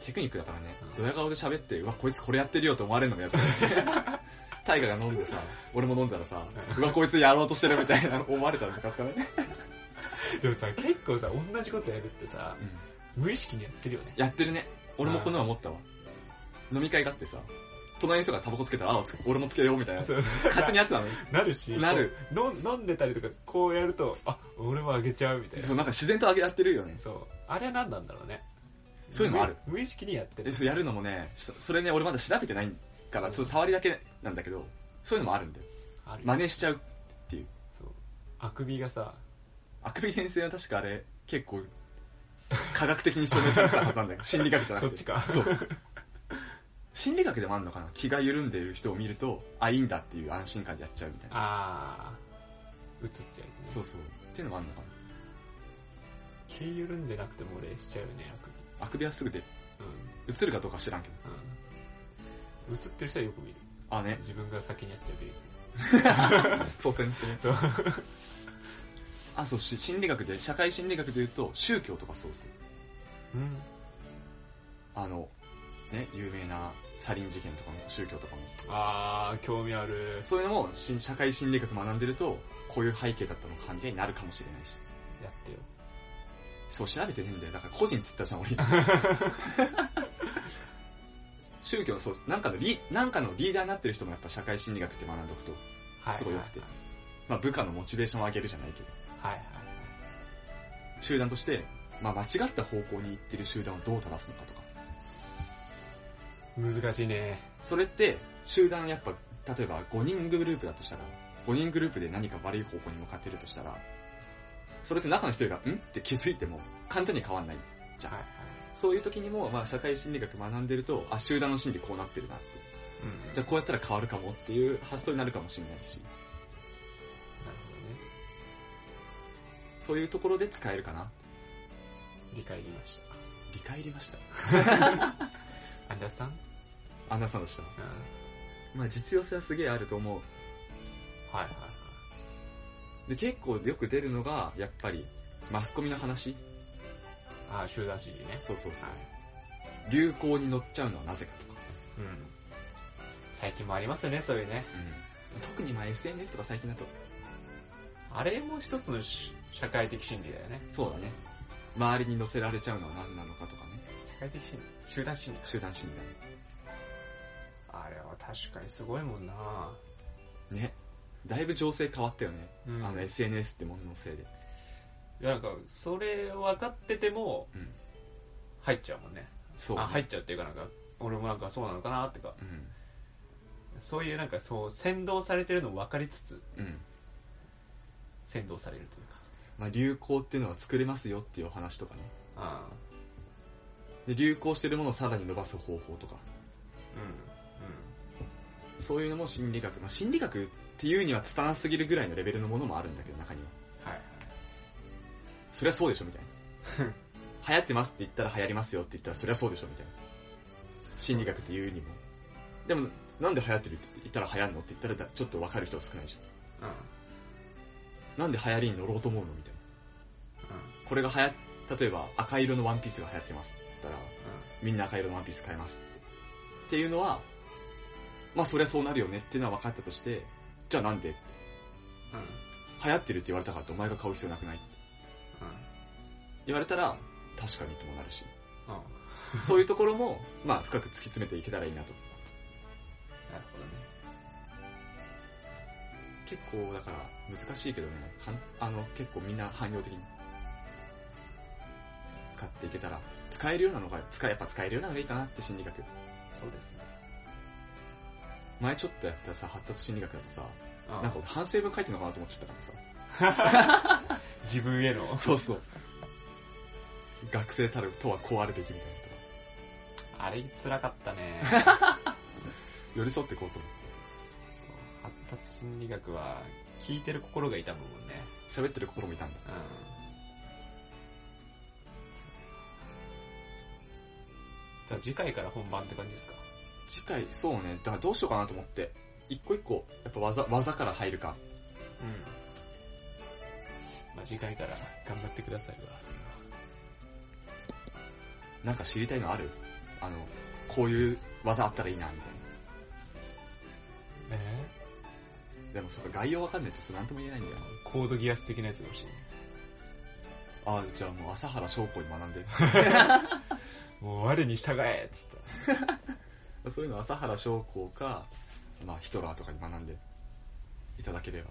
テクニックだからね
うん、
ドヤ顔で喋って、うわ、こいつこれやってるよって思われるのも嫌じゃん。 タイガが飲んでさ、俺も飲んだらさ、うわ、こいつやろうとしてるみたいな思われたらムカつかない
でもさ、結構さ、同じことやるってさ、無意識にやってるよね。
やってるね。俺もこの前思ったわ。飲み会があってさ、隣の人がタバコつけたら、あ、つ俺もつけようみたいな。
そう
勝手にやってたのに。
なるし、
なる
こう。の飲んでたりとか、こうやると、あ、俺もあげちゃうみたいな
そ。う、なんか自然とあげやってるよね。
そう。あれなんなんだろうね。
そういうのある。
無無意識にやって
え
る。
そうやるのもね、そそれね、俺まだ調べてないから、ちょっと触りだけなんだけど、そういうのもあるんだよ。
あるよ
真似しちゃう。
そう。あくびがさ、
あくび先生は確かあれ、結構、科学的に証明されたはず なんだよ。心理学じゃな
そっ
く。
てちか。
そう。心理学でもあるのかな気が緩んでいる人を見ると、あ、いいんだっていう安心感でやっちゃうみたいな。
あー、映っちゃうね。
そうそう。っていうのもあるのかな
気緩んでなくても俺しちゃうよね、あく
あくびはすぐで、
び。う
映るかどうか知らんけど。
ん。うん。映ってる人はよく見る。
あね、
自分が先にやっちゃう率。
率先してね。
そう。
あ、そうし、心理学で、社会心理学で言うと、宗教とかそうそう。
うん。
あの、ね、有名なサリン事件とかも、宗教とかも。
あー、興味ある。
そういうのも、し社会心理学学んでると、こういう背景だったのか、みたいになるかもしれないし。
やってよ。
そう、調べてねえんだよ。だから個人っつったじゃん、俺。宗教の、そう、なんかのリ、なんかのリーダーになってる人もやっぱ社会心理学って学んでおくと、
はい。
すごい良くて
はい
まあ部下のモチベーションを上げるじゃないけど、
はい。
集団として、まあ間違った方向に行ってる集団をどう正すのかとか。
難しいね。
それって、集団やっぱ、例えば5人グループだとしたら、5人グループで何か悪い方向に向かってるとしたら、それって中の一人が、んって気づいても、簡単に変わんない。じゃ
は
あ
いはい。
そういう時にも、まあ社会心理学学んでると、あ、集団の心理こうなってるなって。
うん。
じゃあこうやったら変わるかもっていう発想になるかもしれないし、
なるほどね。
そういうところで使えるかな。
理解できました。
理解入りました。
アンダーさんうん。
アンナさんでした。まあ実用性はすげえあると思う。
はいはい
で、結構よく出るのが、やっぱり、マスコミの話。
はい。あー、集団主義ね。
そうそうそ。
はいう
流行に乗っちゃうのはなぜかとか。
うん。最近もありますよね、そういうね。
うん。特にまあ SNS とか最近だと。
あれも一つのし社会的心理だよね。
そうだね。周りに乗せられちゃうのは何なのかとかね。
社会的心理集団心理
集団心
あれは確かにすごいもんな
理。ね。だいぶ情勢変わったよね。
うん
あの SNS ってもののせいで。
いやなんか、それ分かってても、
うん。
入っちゃうもんね。
そう、
あ、入っちゃうっていうかなんか、俺もなんかそうなのかなってか、
う
そういうなんかそう、先導されてるのも分かりつつ、
ん。うん。
先導されるというか。
まあ、流行っていうのは作れますよっていうお話とかね。
あ
で、流行してるものをさらに伸ばす方法とか。
う
そういうのも心理学。まあ、心理学っていうには拙なすぎるぐらいのレベルのものもあるんだけど、中には。
ん。うん。はい。
そりゃそうでしょ、みたいな。流行ってますって言ったら流行りますよって言ったら、そりゃそうでしょ、みたいな。心理学っていうにも。でも、なんで流行ってるって言ったら流行るのって言ったらだ、ちょっとわかる人は少ないでし
うん。
ょ。なんで流行りに乗ろうと思うのみたいな。これが流行っ、例えば赤色のワンピースが流行ってますって言ったら、みんな赤色のワンピース買います。っていうのは、まあそりゃそうなるよねっていうのは分かったとして、じゃあなんで
うん。うん。うん。
流行ってるって言われたからってお前が買う必要なくない言われたら、確かにともなるし。
うん。うん。
そういうところも、まあ深く突き詰めていけたらいいなと。
なるほどね。
結構だから難しいけどね、かんあの結構みんな汎用的に使っていけたら、使えるようなのが、使え、やっぱ使えるようなのがいいかなって心理学。
そうですね。
前ちょっとやったさ、発達心理学だとさ、
うん
なんか俺反省文書いてるのかなと思っちゃったからさ。
自分への。
そうそう。学生たるとはこうあるべきみたいなとか、
あれ辛かったね。
寄り添ってこうと思
発達心理学は、聞いてる心が痛むもんね。
う。喋ってる心もいたんだ。
うん。じゃあ次回から本番って感じですか
次回、そうね。だからどうしようかなと思って。一個一個、やっぱ技、技から入るか。
まあ、次回から頑張ってくださいわ。
なんか知りたいのあるあの、こういう技あったらいいな、みたい
え
な。でもそっか、概要わかんないとなんとも言えないんだよな。
ー、コードギアス的なやつが欲しいね。
ああ、じゃあもう朝原翔子に学んで。
もう我に従えっつった。
そういうの朝原将校か、まあ、ヒトラーとかに学んでいただければ。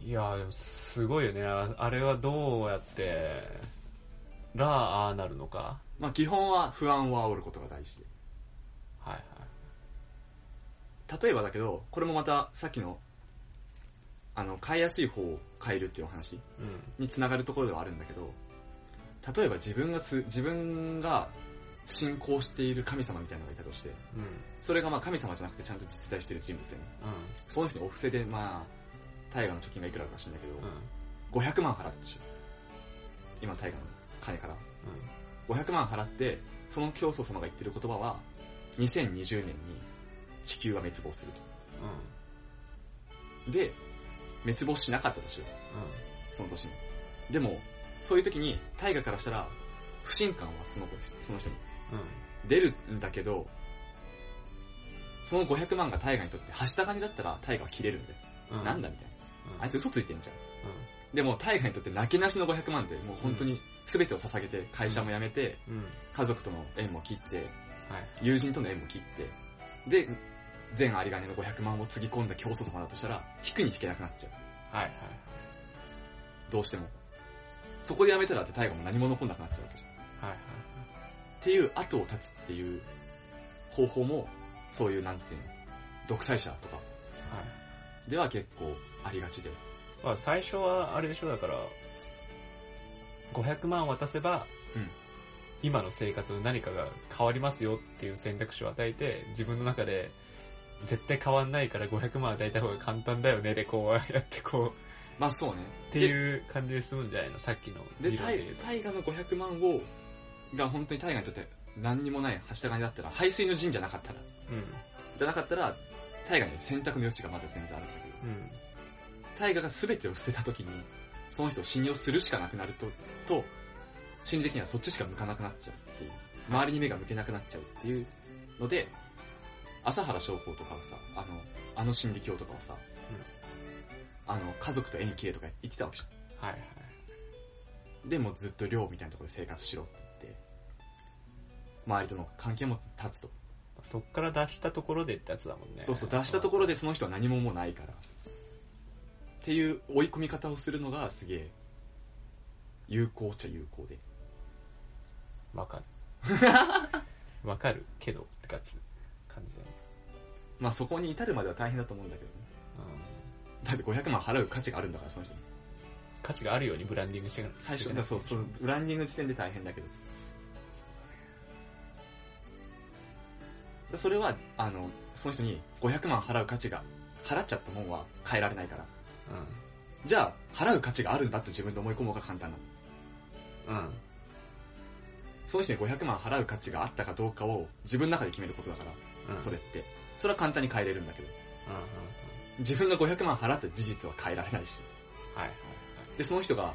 いやーでもすごいよね。ああれはどうやって、らああなるのか。
まあ、基本は不安を煽ることが大事で。
はいはい。
例えばだけど、これもまたさっきの、あの、変えやすい方を変えるっていうお話
うん。
につながるところではあるんだけど、例えば自分がす、自分が信仰している神様みたいなのがいたとして、
うん。
それがまあ神様じゃなくてちゃんと実在してる人物でね。その人にお布施で、まあ、大河の貯金がいくらかは知んだけど、
うん。うん。
500万払ったとしよう。今、大河の金から。500万払って、その教祖様が言ってる言葉は、2020年に地球は滅亡する
うん。うん。
と。で、滅亡しなかったとしよう。その年に。でも、そういう時に、大河からしたら、不信感はその子その人に
うん。
出るんだけど、その500万が大河にとって、はした金だったら大河は切れるんで、
うん。うん。
なんだみたいな。
うん
あいつ嘘ついてんじゃん。
う
でも、大河にとってなけなしの500万で、もう本当に全てを捧げて、会社も辞めて、
ん。うん。
家族との縁も切って、
はい。
友人との縁も切って、で、全有金の500万をつぎ込んだ競争様だとしたら、引くに引けなくなっちゃう。
はいはい。
どうしても。そこでやめたらって大河も何も残んなくなっちゃうわけじゃん。っ
はいはい。
ていう後を絶つっていう方法も、そういうなんていうの、独裁者とか
はい。
では結構ありがちで。
まあ、最初はあれでしょだから500万渡せば、
うん
今の生活の何かが変わりますよっていう選択肢を与えて自分の中で絶対変わんないから500万与えた方が簡単だよねでこうやってこう
まあそうね。
っていう感じで済むんじゃないのさっきの
で、
理論で言うと
大河の500万を、が本当に大河にとって何にもないはした金だったら、排水の陣じゃなかったら、じゃなかったら、大河に選択の余地がまだ全然あるんだけど。
うんうん
タイガが全てを捨てた時に、その人を信用するしかなくなると、と、心理的にはそっちしか向かなくなっちゃうっていう。周りに目が向けなくなっちゃうっていうので、朝原将校とかはさ、あの、あの心理教とかはさ、あの、家族と縁切れとか言ってたわけじ
はいはい
ゃん。でもずっと寮みたいなところで生活しろって言って、周りとの関係も断つと。
そっから出したところでってやつだもんね
そうそう、出したところでその人は何ももうないから。っていう追い込み方をするのがすげえ、有効っちゃ有効で。
わ かるわかるけどって感じ感じだよね
まあそこに至るまでは大変だと思うんだけどね。
うん
だって500万払う価値があるんだから、その人に。
価値があるようにブランディングしてくだ
最初、だからそう、そのブランディング時点で大変だけど。それは、あの、その人に500万払う価値が、払っちゃったもんは変えられないから。
う
じゃあ、払う価値があるんだって自分で思い込む方が簡単なの。
ん。うん。
その人に500万払う価値があったかどうかを自分の中で決めることだから。
うん。
それって。それは簡単に変えれるんだけど。
うん。うん。うん。
自分が500万払った事実は変えられないし。
はいはいはい。
で、その人が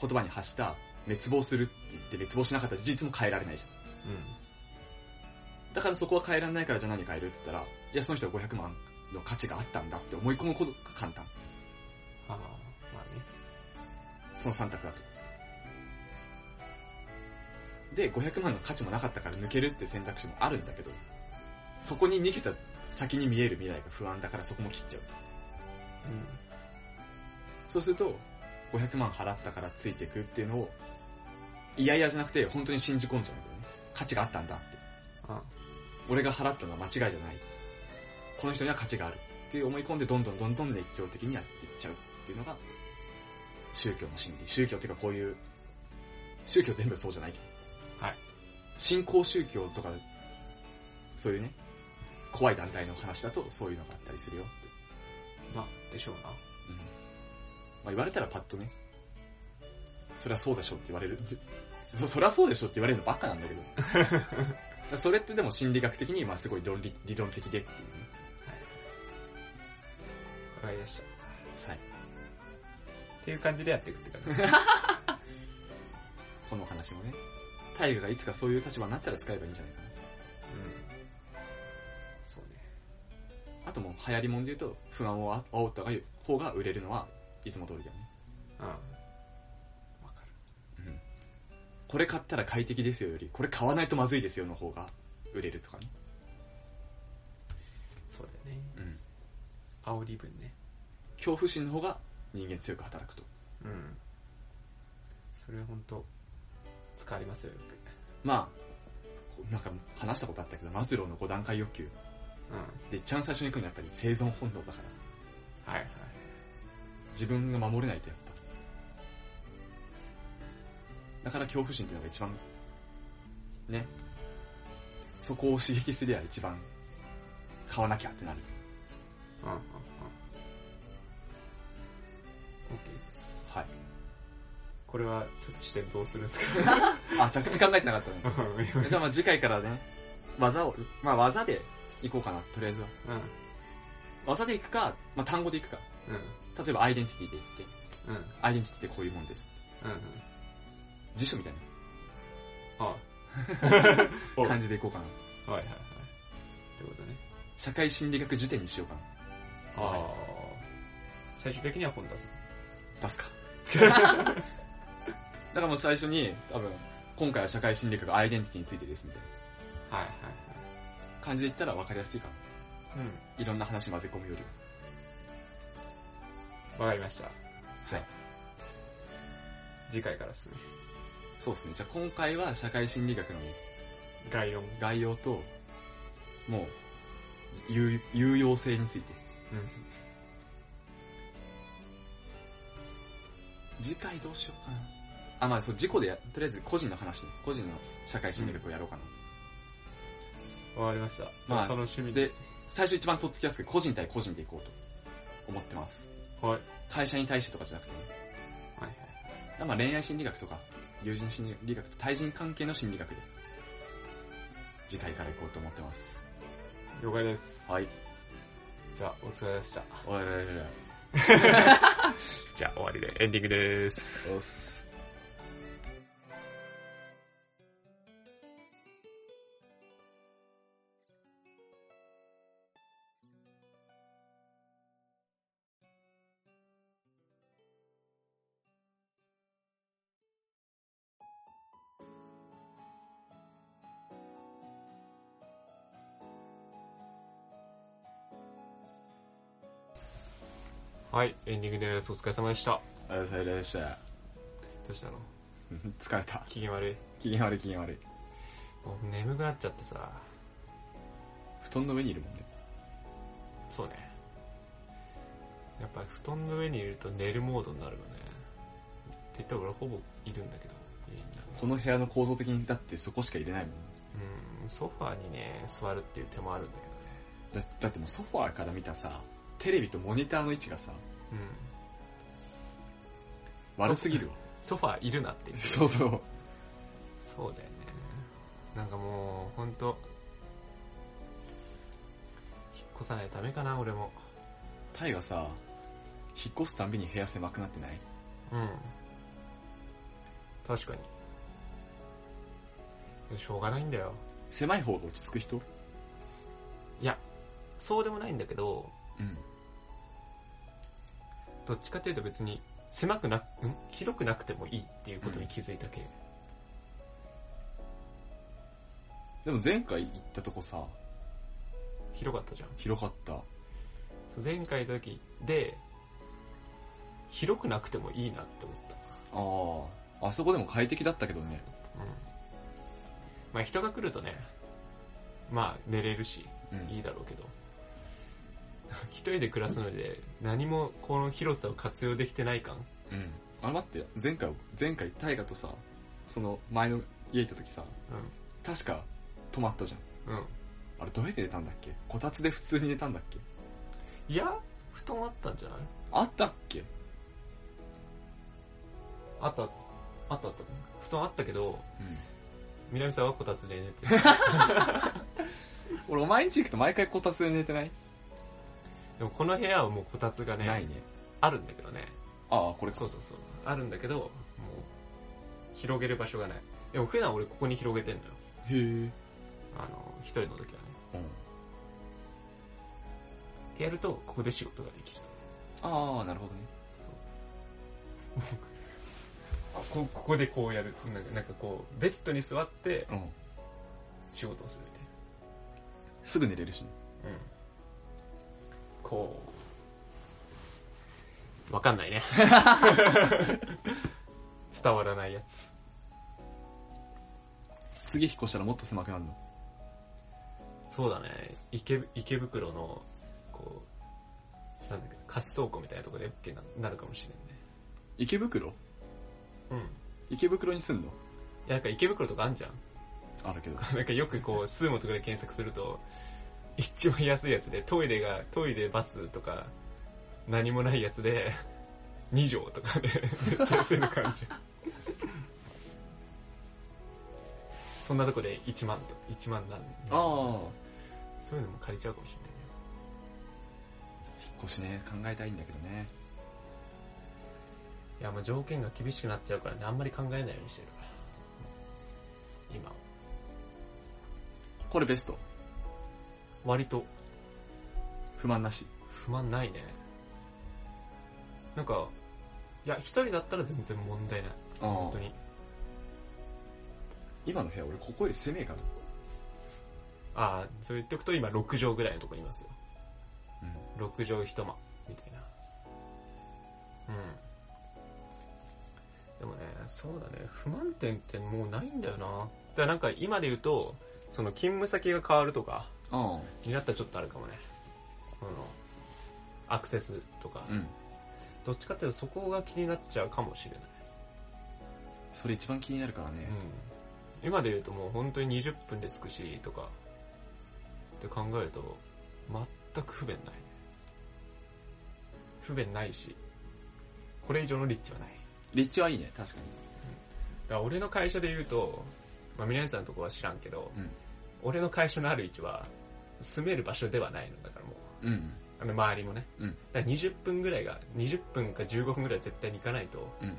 言葉に発した滅亡するって言って滅亡しなかった事実も変えられないじゃ。
うん
だからそこは変えられないからじゃあ何変えるって言ったら、いや、その人は500万の価値があったんだって思い込むことが簡単。
ん。ああ、まあね。
その3択だと。で、500万の価値もなかったから抜けるって選択肢もあるんだけど、そこに逃げた先に見える未来が不安だからそこも切っちゃう。そうすると、500万払ったからついていくっていうのを、いやいやじゃなくて本当に信じ込んじゃうんだよね。価値があったんだって。
うん。うん。
俺が払ったのは間違いじゃない。この人には価値がある。っていう思い込んでどんどんどんどん熱狂的にやっていっちゃうっていうのが、宗教の心理。宗教っていうかこういう、宗教全部そうじゃないけど。
はい。
信仰宗教とか、そういうね、怖い団体の話だとそういうのがあったりするよって。
まあ、でしょうな。
うん。まあ言われたらパッとね、それはそうでしょって言われる そそりゃそうでしょって言われるのばっかなんだけど それってでも心理学的にまあすごい論理理論的でっていうね
わかりました。
はい。
っていう感じでやっていくって感じ です。
このお話もね大河がいつかそういう立場になったら使えばいいんじゃないかな
そうね。
あともう流行りもんで言うと不安を煽った方が売れるのはいつも通りだよね
うん。わか
これ買ったら快適ですよよりこれ買わないとまずいですよの方が売れるとかね
る。そうだよね。
うん
煽り分ね。
恐怖心の方が人間強く働くと
うん。それは本当使われますよ、よく。
まあこうなんか話したことあったけどマズローの5段階欲求
うん。
で一番最初に来るのはやっぱり生存本能だから
はいはい。
自分が守れないとやっぱだから恐怖心っていうのが一番ねそこを刺激すりゃ一番買わなきゃってなる
うんうんうん。OK です。
はい
これは着地点どうするんですか
あ着地考えてなかったね
うん今
じゃあまあ次回からね、技を、まあ技でいこうかな、とりあえずは。
うん。
技でいくか、まあ単語でいくか。
う
例えばアイデンティティでいって、
ん。うん。うん。
アイデンティティってこういうもんです。
うん。
辞書みたい
あお
な
う
感じでいこうかな。
はいはいはい。ってことね。
社会心理学辞典にしようかな。
ああ、
は
最終的には本出す。
出す か。だからもう最初に、多分、今回は社会心理学アイデンティティについてですみたい
はいはい
な感じで言ったら分かりやすいかな。
はい。
いろんな話混ぜ込むより。
うん。わかりました。
はい。
次回からですね。
そうですね。じゃあ今回は社会心理学のね
概要。うん。
概要と、もう、有有用性について。次回どうしようかな。あ、まあそう、事故でや、とりあえず個人の話ね、個人の社会心理学をやろうかな。
わかりました。ま
まあ
あ、楽しみ
で。、最初一番とっつきやすく個人対個人でいこうと思ってます。
はい。はい
会社に対してとかじゃなくてね。
はい。
まあ恋愛心理学とか、友人心理学と対人関係の心理学で、次回からいこうと思ってます。
了解です。
はい。
じゃあ、お疲れ様でした。
おいおいおいおいおい
じゃあ、終わりで、エンディングです。
おっす。
はい、エンディングです。お疲れ様でした。
ありがとうございました。
どうしたの
疲れた。
機嫌悪い。
機嫌悪い機嫌悪い。
もう眠くなっちゃってさ。
布団の上にいるもんね。
そうね。やっぱ布団の上にいると寝るモードになるよね。って言ったら俺ほぼいるんだけど、家に
この部屋の構造的にだってそこしか入れないもんね。
うん、ソファーにね、座るっていう手もあるんだ
だだってもうソファーから見たさテレビとモニターの位置がさ
けどね。うん。
悪すぎるわ
ソファーいるなっていう。
そうそう
そうだよね。なんかもう、ほんと、引っ越さないとダメかな、俺も。
タイがさ引っ越すたんびに部屋狭くなってない
うん。確かに。しょうがないんだよ。
狭い方が落ち着く人
いや、そうでもないんだけど、
うん
どっちかというと別に狭くな、ん広くなくてもいいっていうことに気づいたけ。
でも前回行ったとこさ
広かったじゃん。
広かった
そう前回の時で、広くなくてもいいなって思った。
あああそこでも快適だったけどね
うん。まあ人が来るとね、まあ寝れるし、
うん
いいだろうけど。 一人で暮らすので、何もこの広さを活用できてない感。
うんあ待って前回前回タイガとさその前の家行った時さ確か泊まったじゃ
う
ん
ん。うん。
あれどうやって寝たんだっけこたつで普通に寝たんだっけ
いや、布団あったんじゃない
あったっけ
あった。あったあった。布団あったけど、南沢はこたつで寝 て。
俺、お前んち行くと毎回こたつで寝てない
でもこの部屋はもうこたつが
ない
ね、
ね。
あるんだけどね。
ああ、これ
そ
か
う。そうそう。あるんだけど、もう、広げる場所がない。でも普段俺ここに広げてんのよ。
へえ。
あの、一人の時はね。ってやると、ここで仕事ができると。
ああ、なるほどね。
ここここでこうやる。なんかなんかこう、ベッドに座って
うん。
仕事をするみたいな。
すぐ寝れるしね。
うんこう。わかんない ね。伝わらないやつ。
次引っ越したらもっと狭くなるの。
そうだね。池池袋の、こう、なんだっけ、滑走庫みたいなところで OK ななるかもし
池袋
れんね。
池袋に住んの
うん。いや、なんか池袋とかあんじゃん。
あ るけど。
なんかよくこう、スーモとかで検索すると、一番安いやつで、トイレが、トイレ、バスとか、何もないやつで、2畳とかで、めっちゃ安いの感じ。そんなとこで1万と、1万なん
ああ。
そういうのも借りちゃうかもしれないね。
引っ越しね、考えたいんだけどね。
いや、もう条件が厳しくなっちゃうからね、あんまり考えないようにしてる。今。
これベスト。
割と
不満なし。
不満ないね。なんか、いや、一人だったら全然問題ない。
あ
本当に。
今の部屋、俺ここより狭いから。
ああ、そう言っておくと今6畳ぐらいのとこにいますよ。
うん。
6畳一間、みたいな。うん。でもね、そうだね、不満点ってもうないんだよな。だからなんか今で言うと、その勤務先が変わるとか、
あ
になったらちょっとあるかもね。この、アクセスとか、
あ。うん。
どっちかっていうとそこが気になっちゃうかもしれない。
それ一番気になるからね。
うん、今で言うともう本当に20分で着くしとかって考えると全く不便ない不便ないしこれ以上の立地はない
立地はいいね、確かに。
だから俺の会社で言うと、まあ、皆さんのとこは知らんけど、
うん
俺の会社のある位置は住める場所ではないのだからもう
うん。
あの周りもね、
うん
だから20分ぐらいが20分か15分ぐらい絶対に行かないと
うん。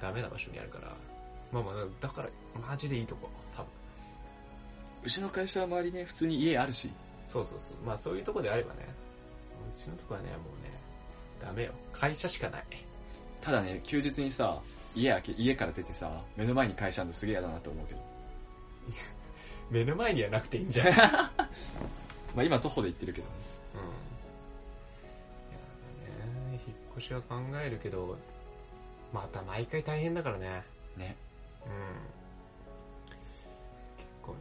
ダメな場所にあるからまあまあだからマジでいいとこ多分
うちの会社は周りね、普通に家あるし。
そうそうそう。まあそういうとこであればね。うちのとこはね、もうね、ダメよ。会社しかない。
ただね、休日にさ、家開け、家から出てさ、目の前に会社あるのすげえ嫌だなと思うけど。
目の前にはなくていいんじゃないうん。いや、
まあ今徒歩で行ってるけどね。
ね、引っ越しは考えるけど、また毎回大変だからね。
ね。
うん。結構ね、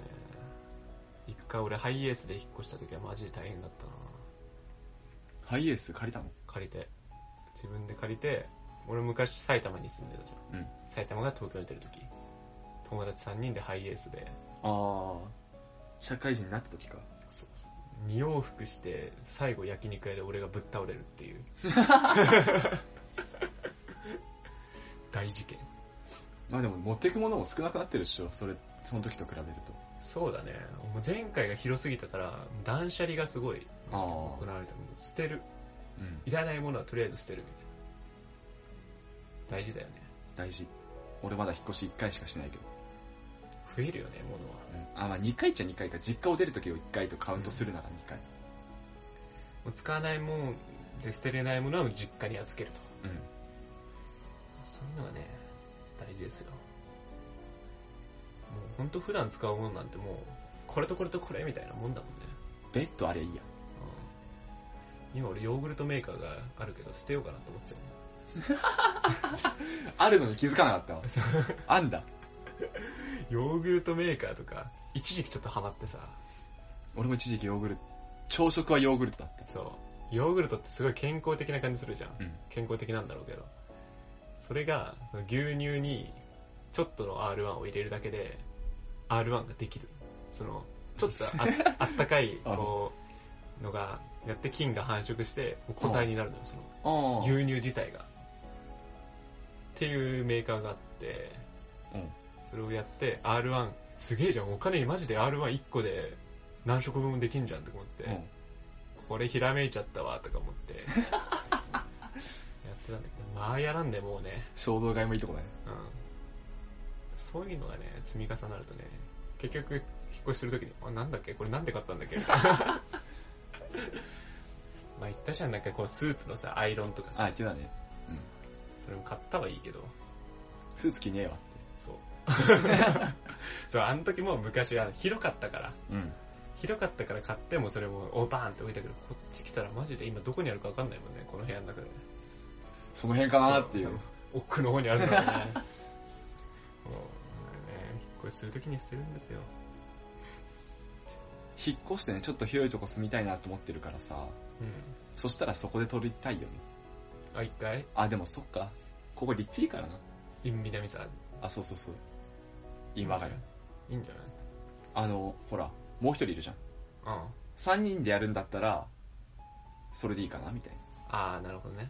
一回俺ハイエースで引っ越した時はマジで大変だったな。
ハイエース借りたの
借りて。自分で借りて、俺昔埼玉に住んでたじゃん。
うん
埼玉が東京に出る時。友達3人でハイエースで
ああ。社会人になった時か。
そうそう二往復して最後焼肉屋で俺がぶっ倒れるっていう大事件
まあでも持ってくものも少なくなってるっしょ。それ、その時と比べると。
そうだねもう前回が広すぎたから断捨離がすごい
ああ
行われた捨てる
うん。
いらないものはとりあえず捨てるみたいな大事だよね
大事。俺まだ引っ越し1回しかしないけど。
増えるよね物は
うん。あ、まあ2回っちゃ2回か。実家を出る時を1回とカウントするなら2回。
もう使わないもんで捨てれないものは実家に預けると
うん。
そういうのがね、大事ですよ。もうほんと普段使うものなんてもう、これとこれとこれみたいなもんだもんね。
ベッドありゃいいや。
うん、今俺ヨーグルトメーカーがあるけど捨てようかなと思っちゃ
あるのに気づかなか ったわ。あんだ。
う。ヨーグルトメーカーとか、一時期ちょっとハマってさ、
俺も一時期ヨーグルト。朝食はヨーグルトだった。
そう、ヨーグルトってすごい健康的な感じするじゃん。
うん。
健康的なんだろうけど。それが、牛乳にちょっとの R1 を入れるだけで、R1 ができる。その、ちょっとああったかい、こう、のが、やって菌が繁殖して、もう個体になるのよ、その、
ああ。
牛乳自体が。っていうメーカーがあって、それをやって R1 すげえじゃんお金マジで R11 個で何食分もできんじゃんとか思って、
うん
これひらめいちゃったわとか思って やってたんだけどまあやらんでもうね、
衝動買いもいいとこだね
うん、そういうのがね積み重なるとね結局引っ越しするときにあなんだっけこれなんで買ったんだっけ まあ言ったじゃんなんかこうスーツのさアイロンとか
あ
さ
言ってたねうん
それも買ったはいいけど
スーツ着ねえわっ
そう そうあの時も昔は広かったから
てうん
広かったから買ってもそれもおバーンって置いたけどこっち来たらマジで今どこにあるか分かんないもんねこの部屋の中で
その辺かなっていう
そ奥の方にある からねもうね引っ越しするときに捨てるんですよ
引っ越してねちょっと広いとこ住みたいなと思ってるからさ
うん
そしたらそこで撮りたいよね
あ一回
あでもそっかここ立地いいからな
南沢
あそうそうそう今がよ
いいんじゃ
あのほらもう一人いるじゃん
ないうん
3人でやるんだったらそれでいいかなみたい
ああなるほどね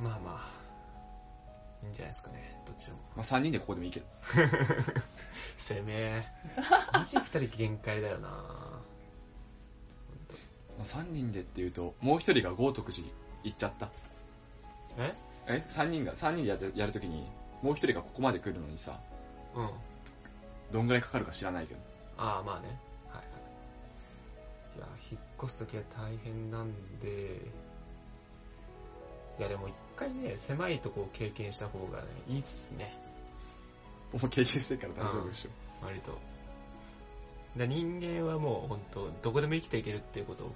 なうん
まあまあいいんじゃないですかねどっち でも
まあ3人でここでもいいけど
攻めマジ二人限界だよな
まあ、3人でっていうともう1人が豪徳寺に行っちゃった
え
え3人が3人でやるやるときにもう1人がここまで来るのにさ
うん
どんぐらいかかるか知らないけど
ああまあねはいはいいや引っ越す時は大変なんでいやでも一回ね狭いとこを経験した方がねいいっすね
もう経験してるから大丈夫でしょ
割とだ人間はもう本当どこでも生きていけるっていうことをこ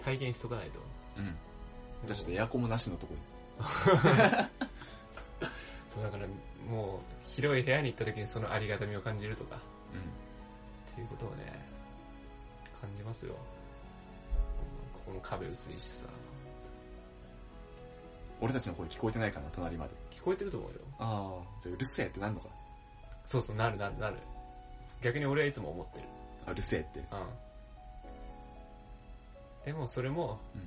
う体現しとかないと
うんじゃあちょっとエアコンもなしのとこ
そうだからもう広い部屋に行った時にそのありがたみを感じるとか
にうん
っていうことをね感じますようんここの壁薄いしさ
俺たちの声聞こえてないかな隣まで
聞こえてると思うよ
ああじゃあうるせえってなんのかな
そうそう、なるなるなる。逆に俺はいつも思ってる。
あうるせえって
うん。でもそれも
う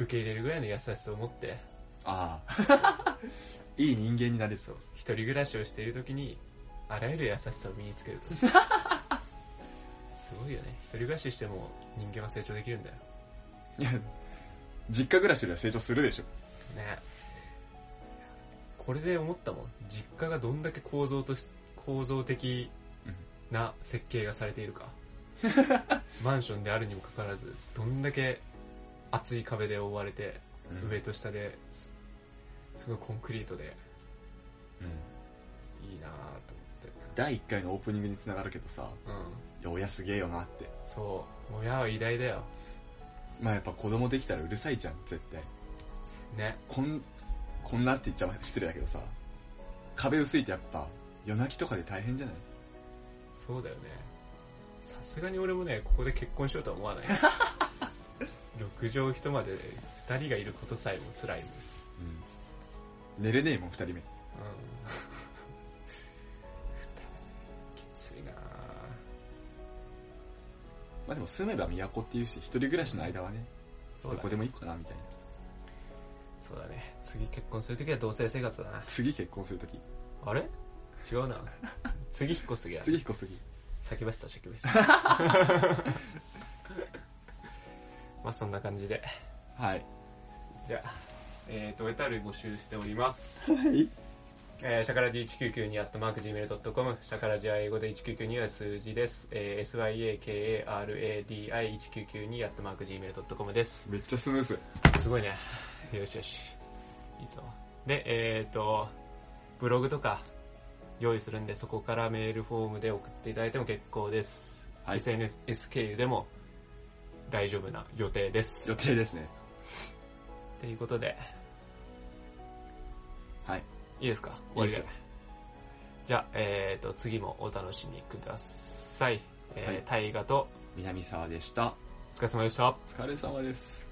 ん、
受け入れるぐらいの優しさを持って、
ああ いい人間になれそう
一人暮らしをしている時に、あらゆる優しさを身につける と。すごいよね。一人暮らししても人間は成長できるんだよ。
いや実家暮らしよりは成長するでしょ
ね。これで思ったもん。実家がどんだけ構造とし、構造的
うん
な設計がされているか。マンションであるにもかかわらず、どんだけ厚い壁で覆われて、上と下ですすごいコンクリートで
うん
いいなぁと
第1回のオープニングにつながるけどさ
思って
いや親すげえよなって
うんそう親は偉大だよ
まあやっぱ子供できたらうるさいじゃん、絶対。
ね
こん、こんなって言っちゃ失礼だけどさ、壁薄いってやっぱ夜泣きとかで大変じゃない
そうだよねさすがに俺もねここで結婚しようとは思わ ない6畳一まで2人がいることさえも辛いもん、
うん。寝れねえもん、二人目。
うん、きついなぁ
まあでも住めば都っていうし、一人暮らしの間はね、
そう
ど
だ
こ
ね
でもいいかな、みたいな。
そうだね次結婚するときは同棲生活だな
次結婚するとき。
あれ違 うな次引っ越すときだ
次引っ越すとき。
先走った先走った まあそんな感じで
はい。
じゃあえーとお便り募集しております
はい。
えー、シャカラジ1992アットマーク Gmail.com シャカラジは英語で1992は数字です、えー、SYAKARADI1992 アットマーク Gmail.com です
めっちゃスムース。
すごいねよしよしいいぞでえー、とブログとか用意するんでそこからメールフォームで送っていただいても結構です
はい。
SNS 経由でも大丈夫な予定です。
予定ですね。
ということで、
はい。
いいですか終わりで。じゃあ、えーと、次もお楽しみください。
は
え
い
ー、大河と
南沢でした。
お疲れ様でした。
お疲れ様です。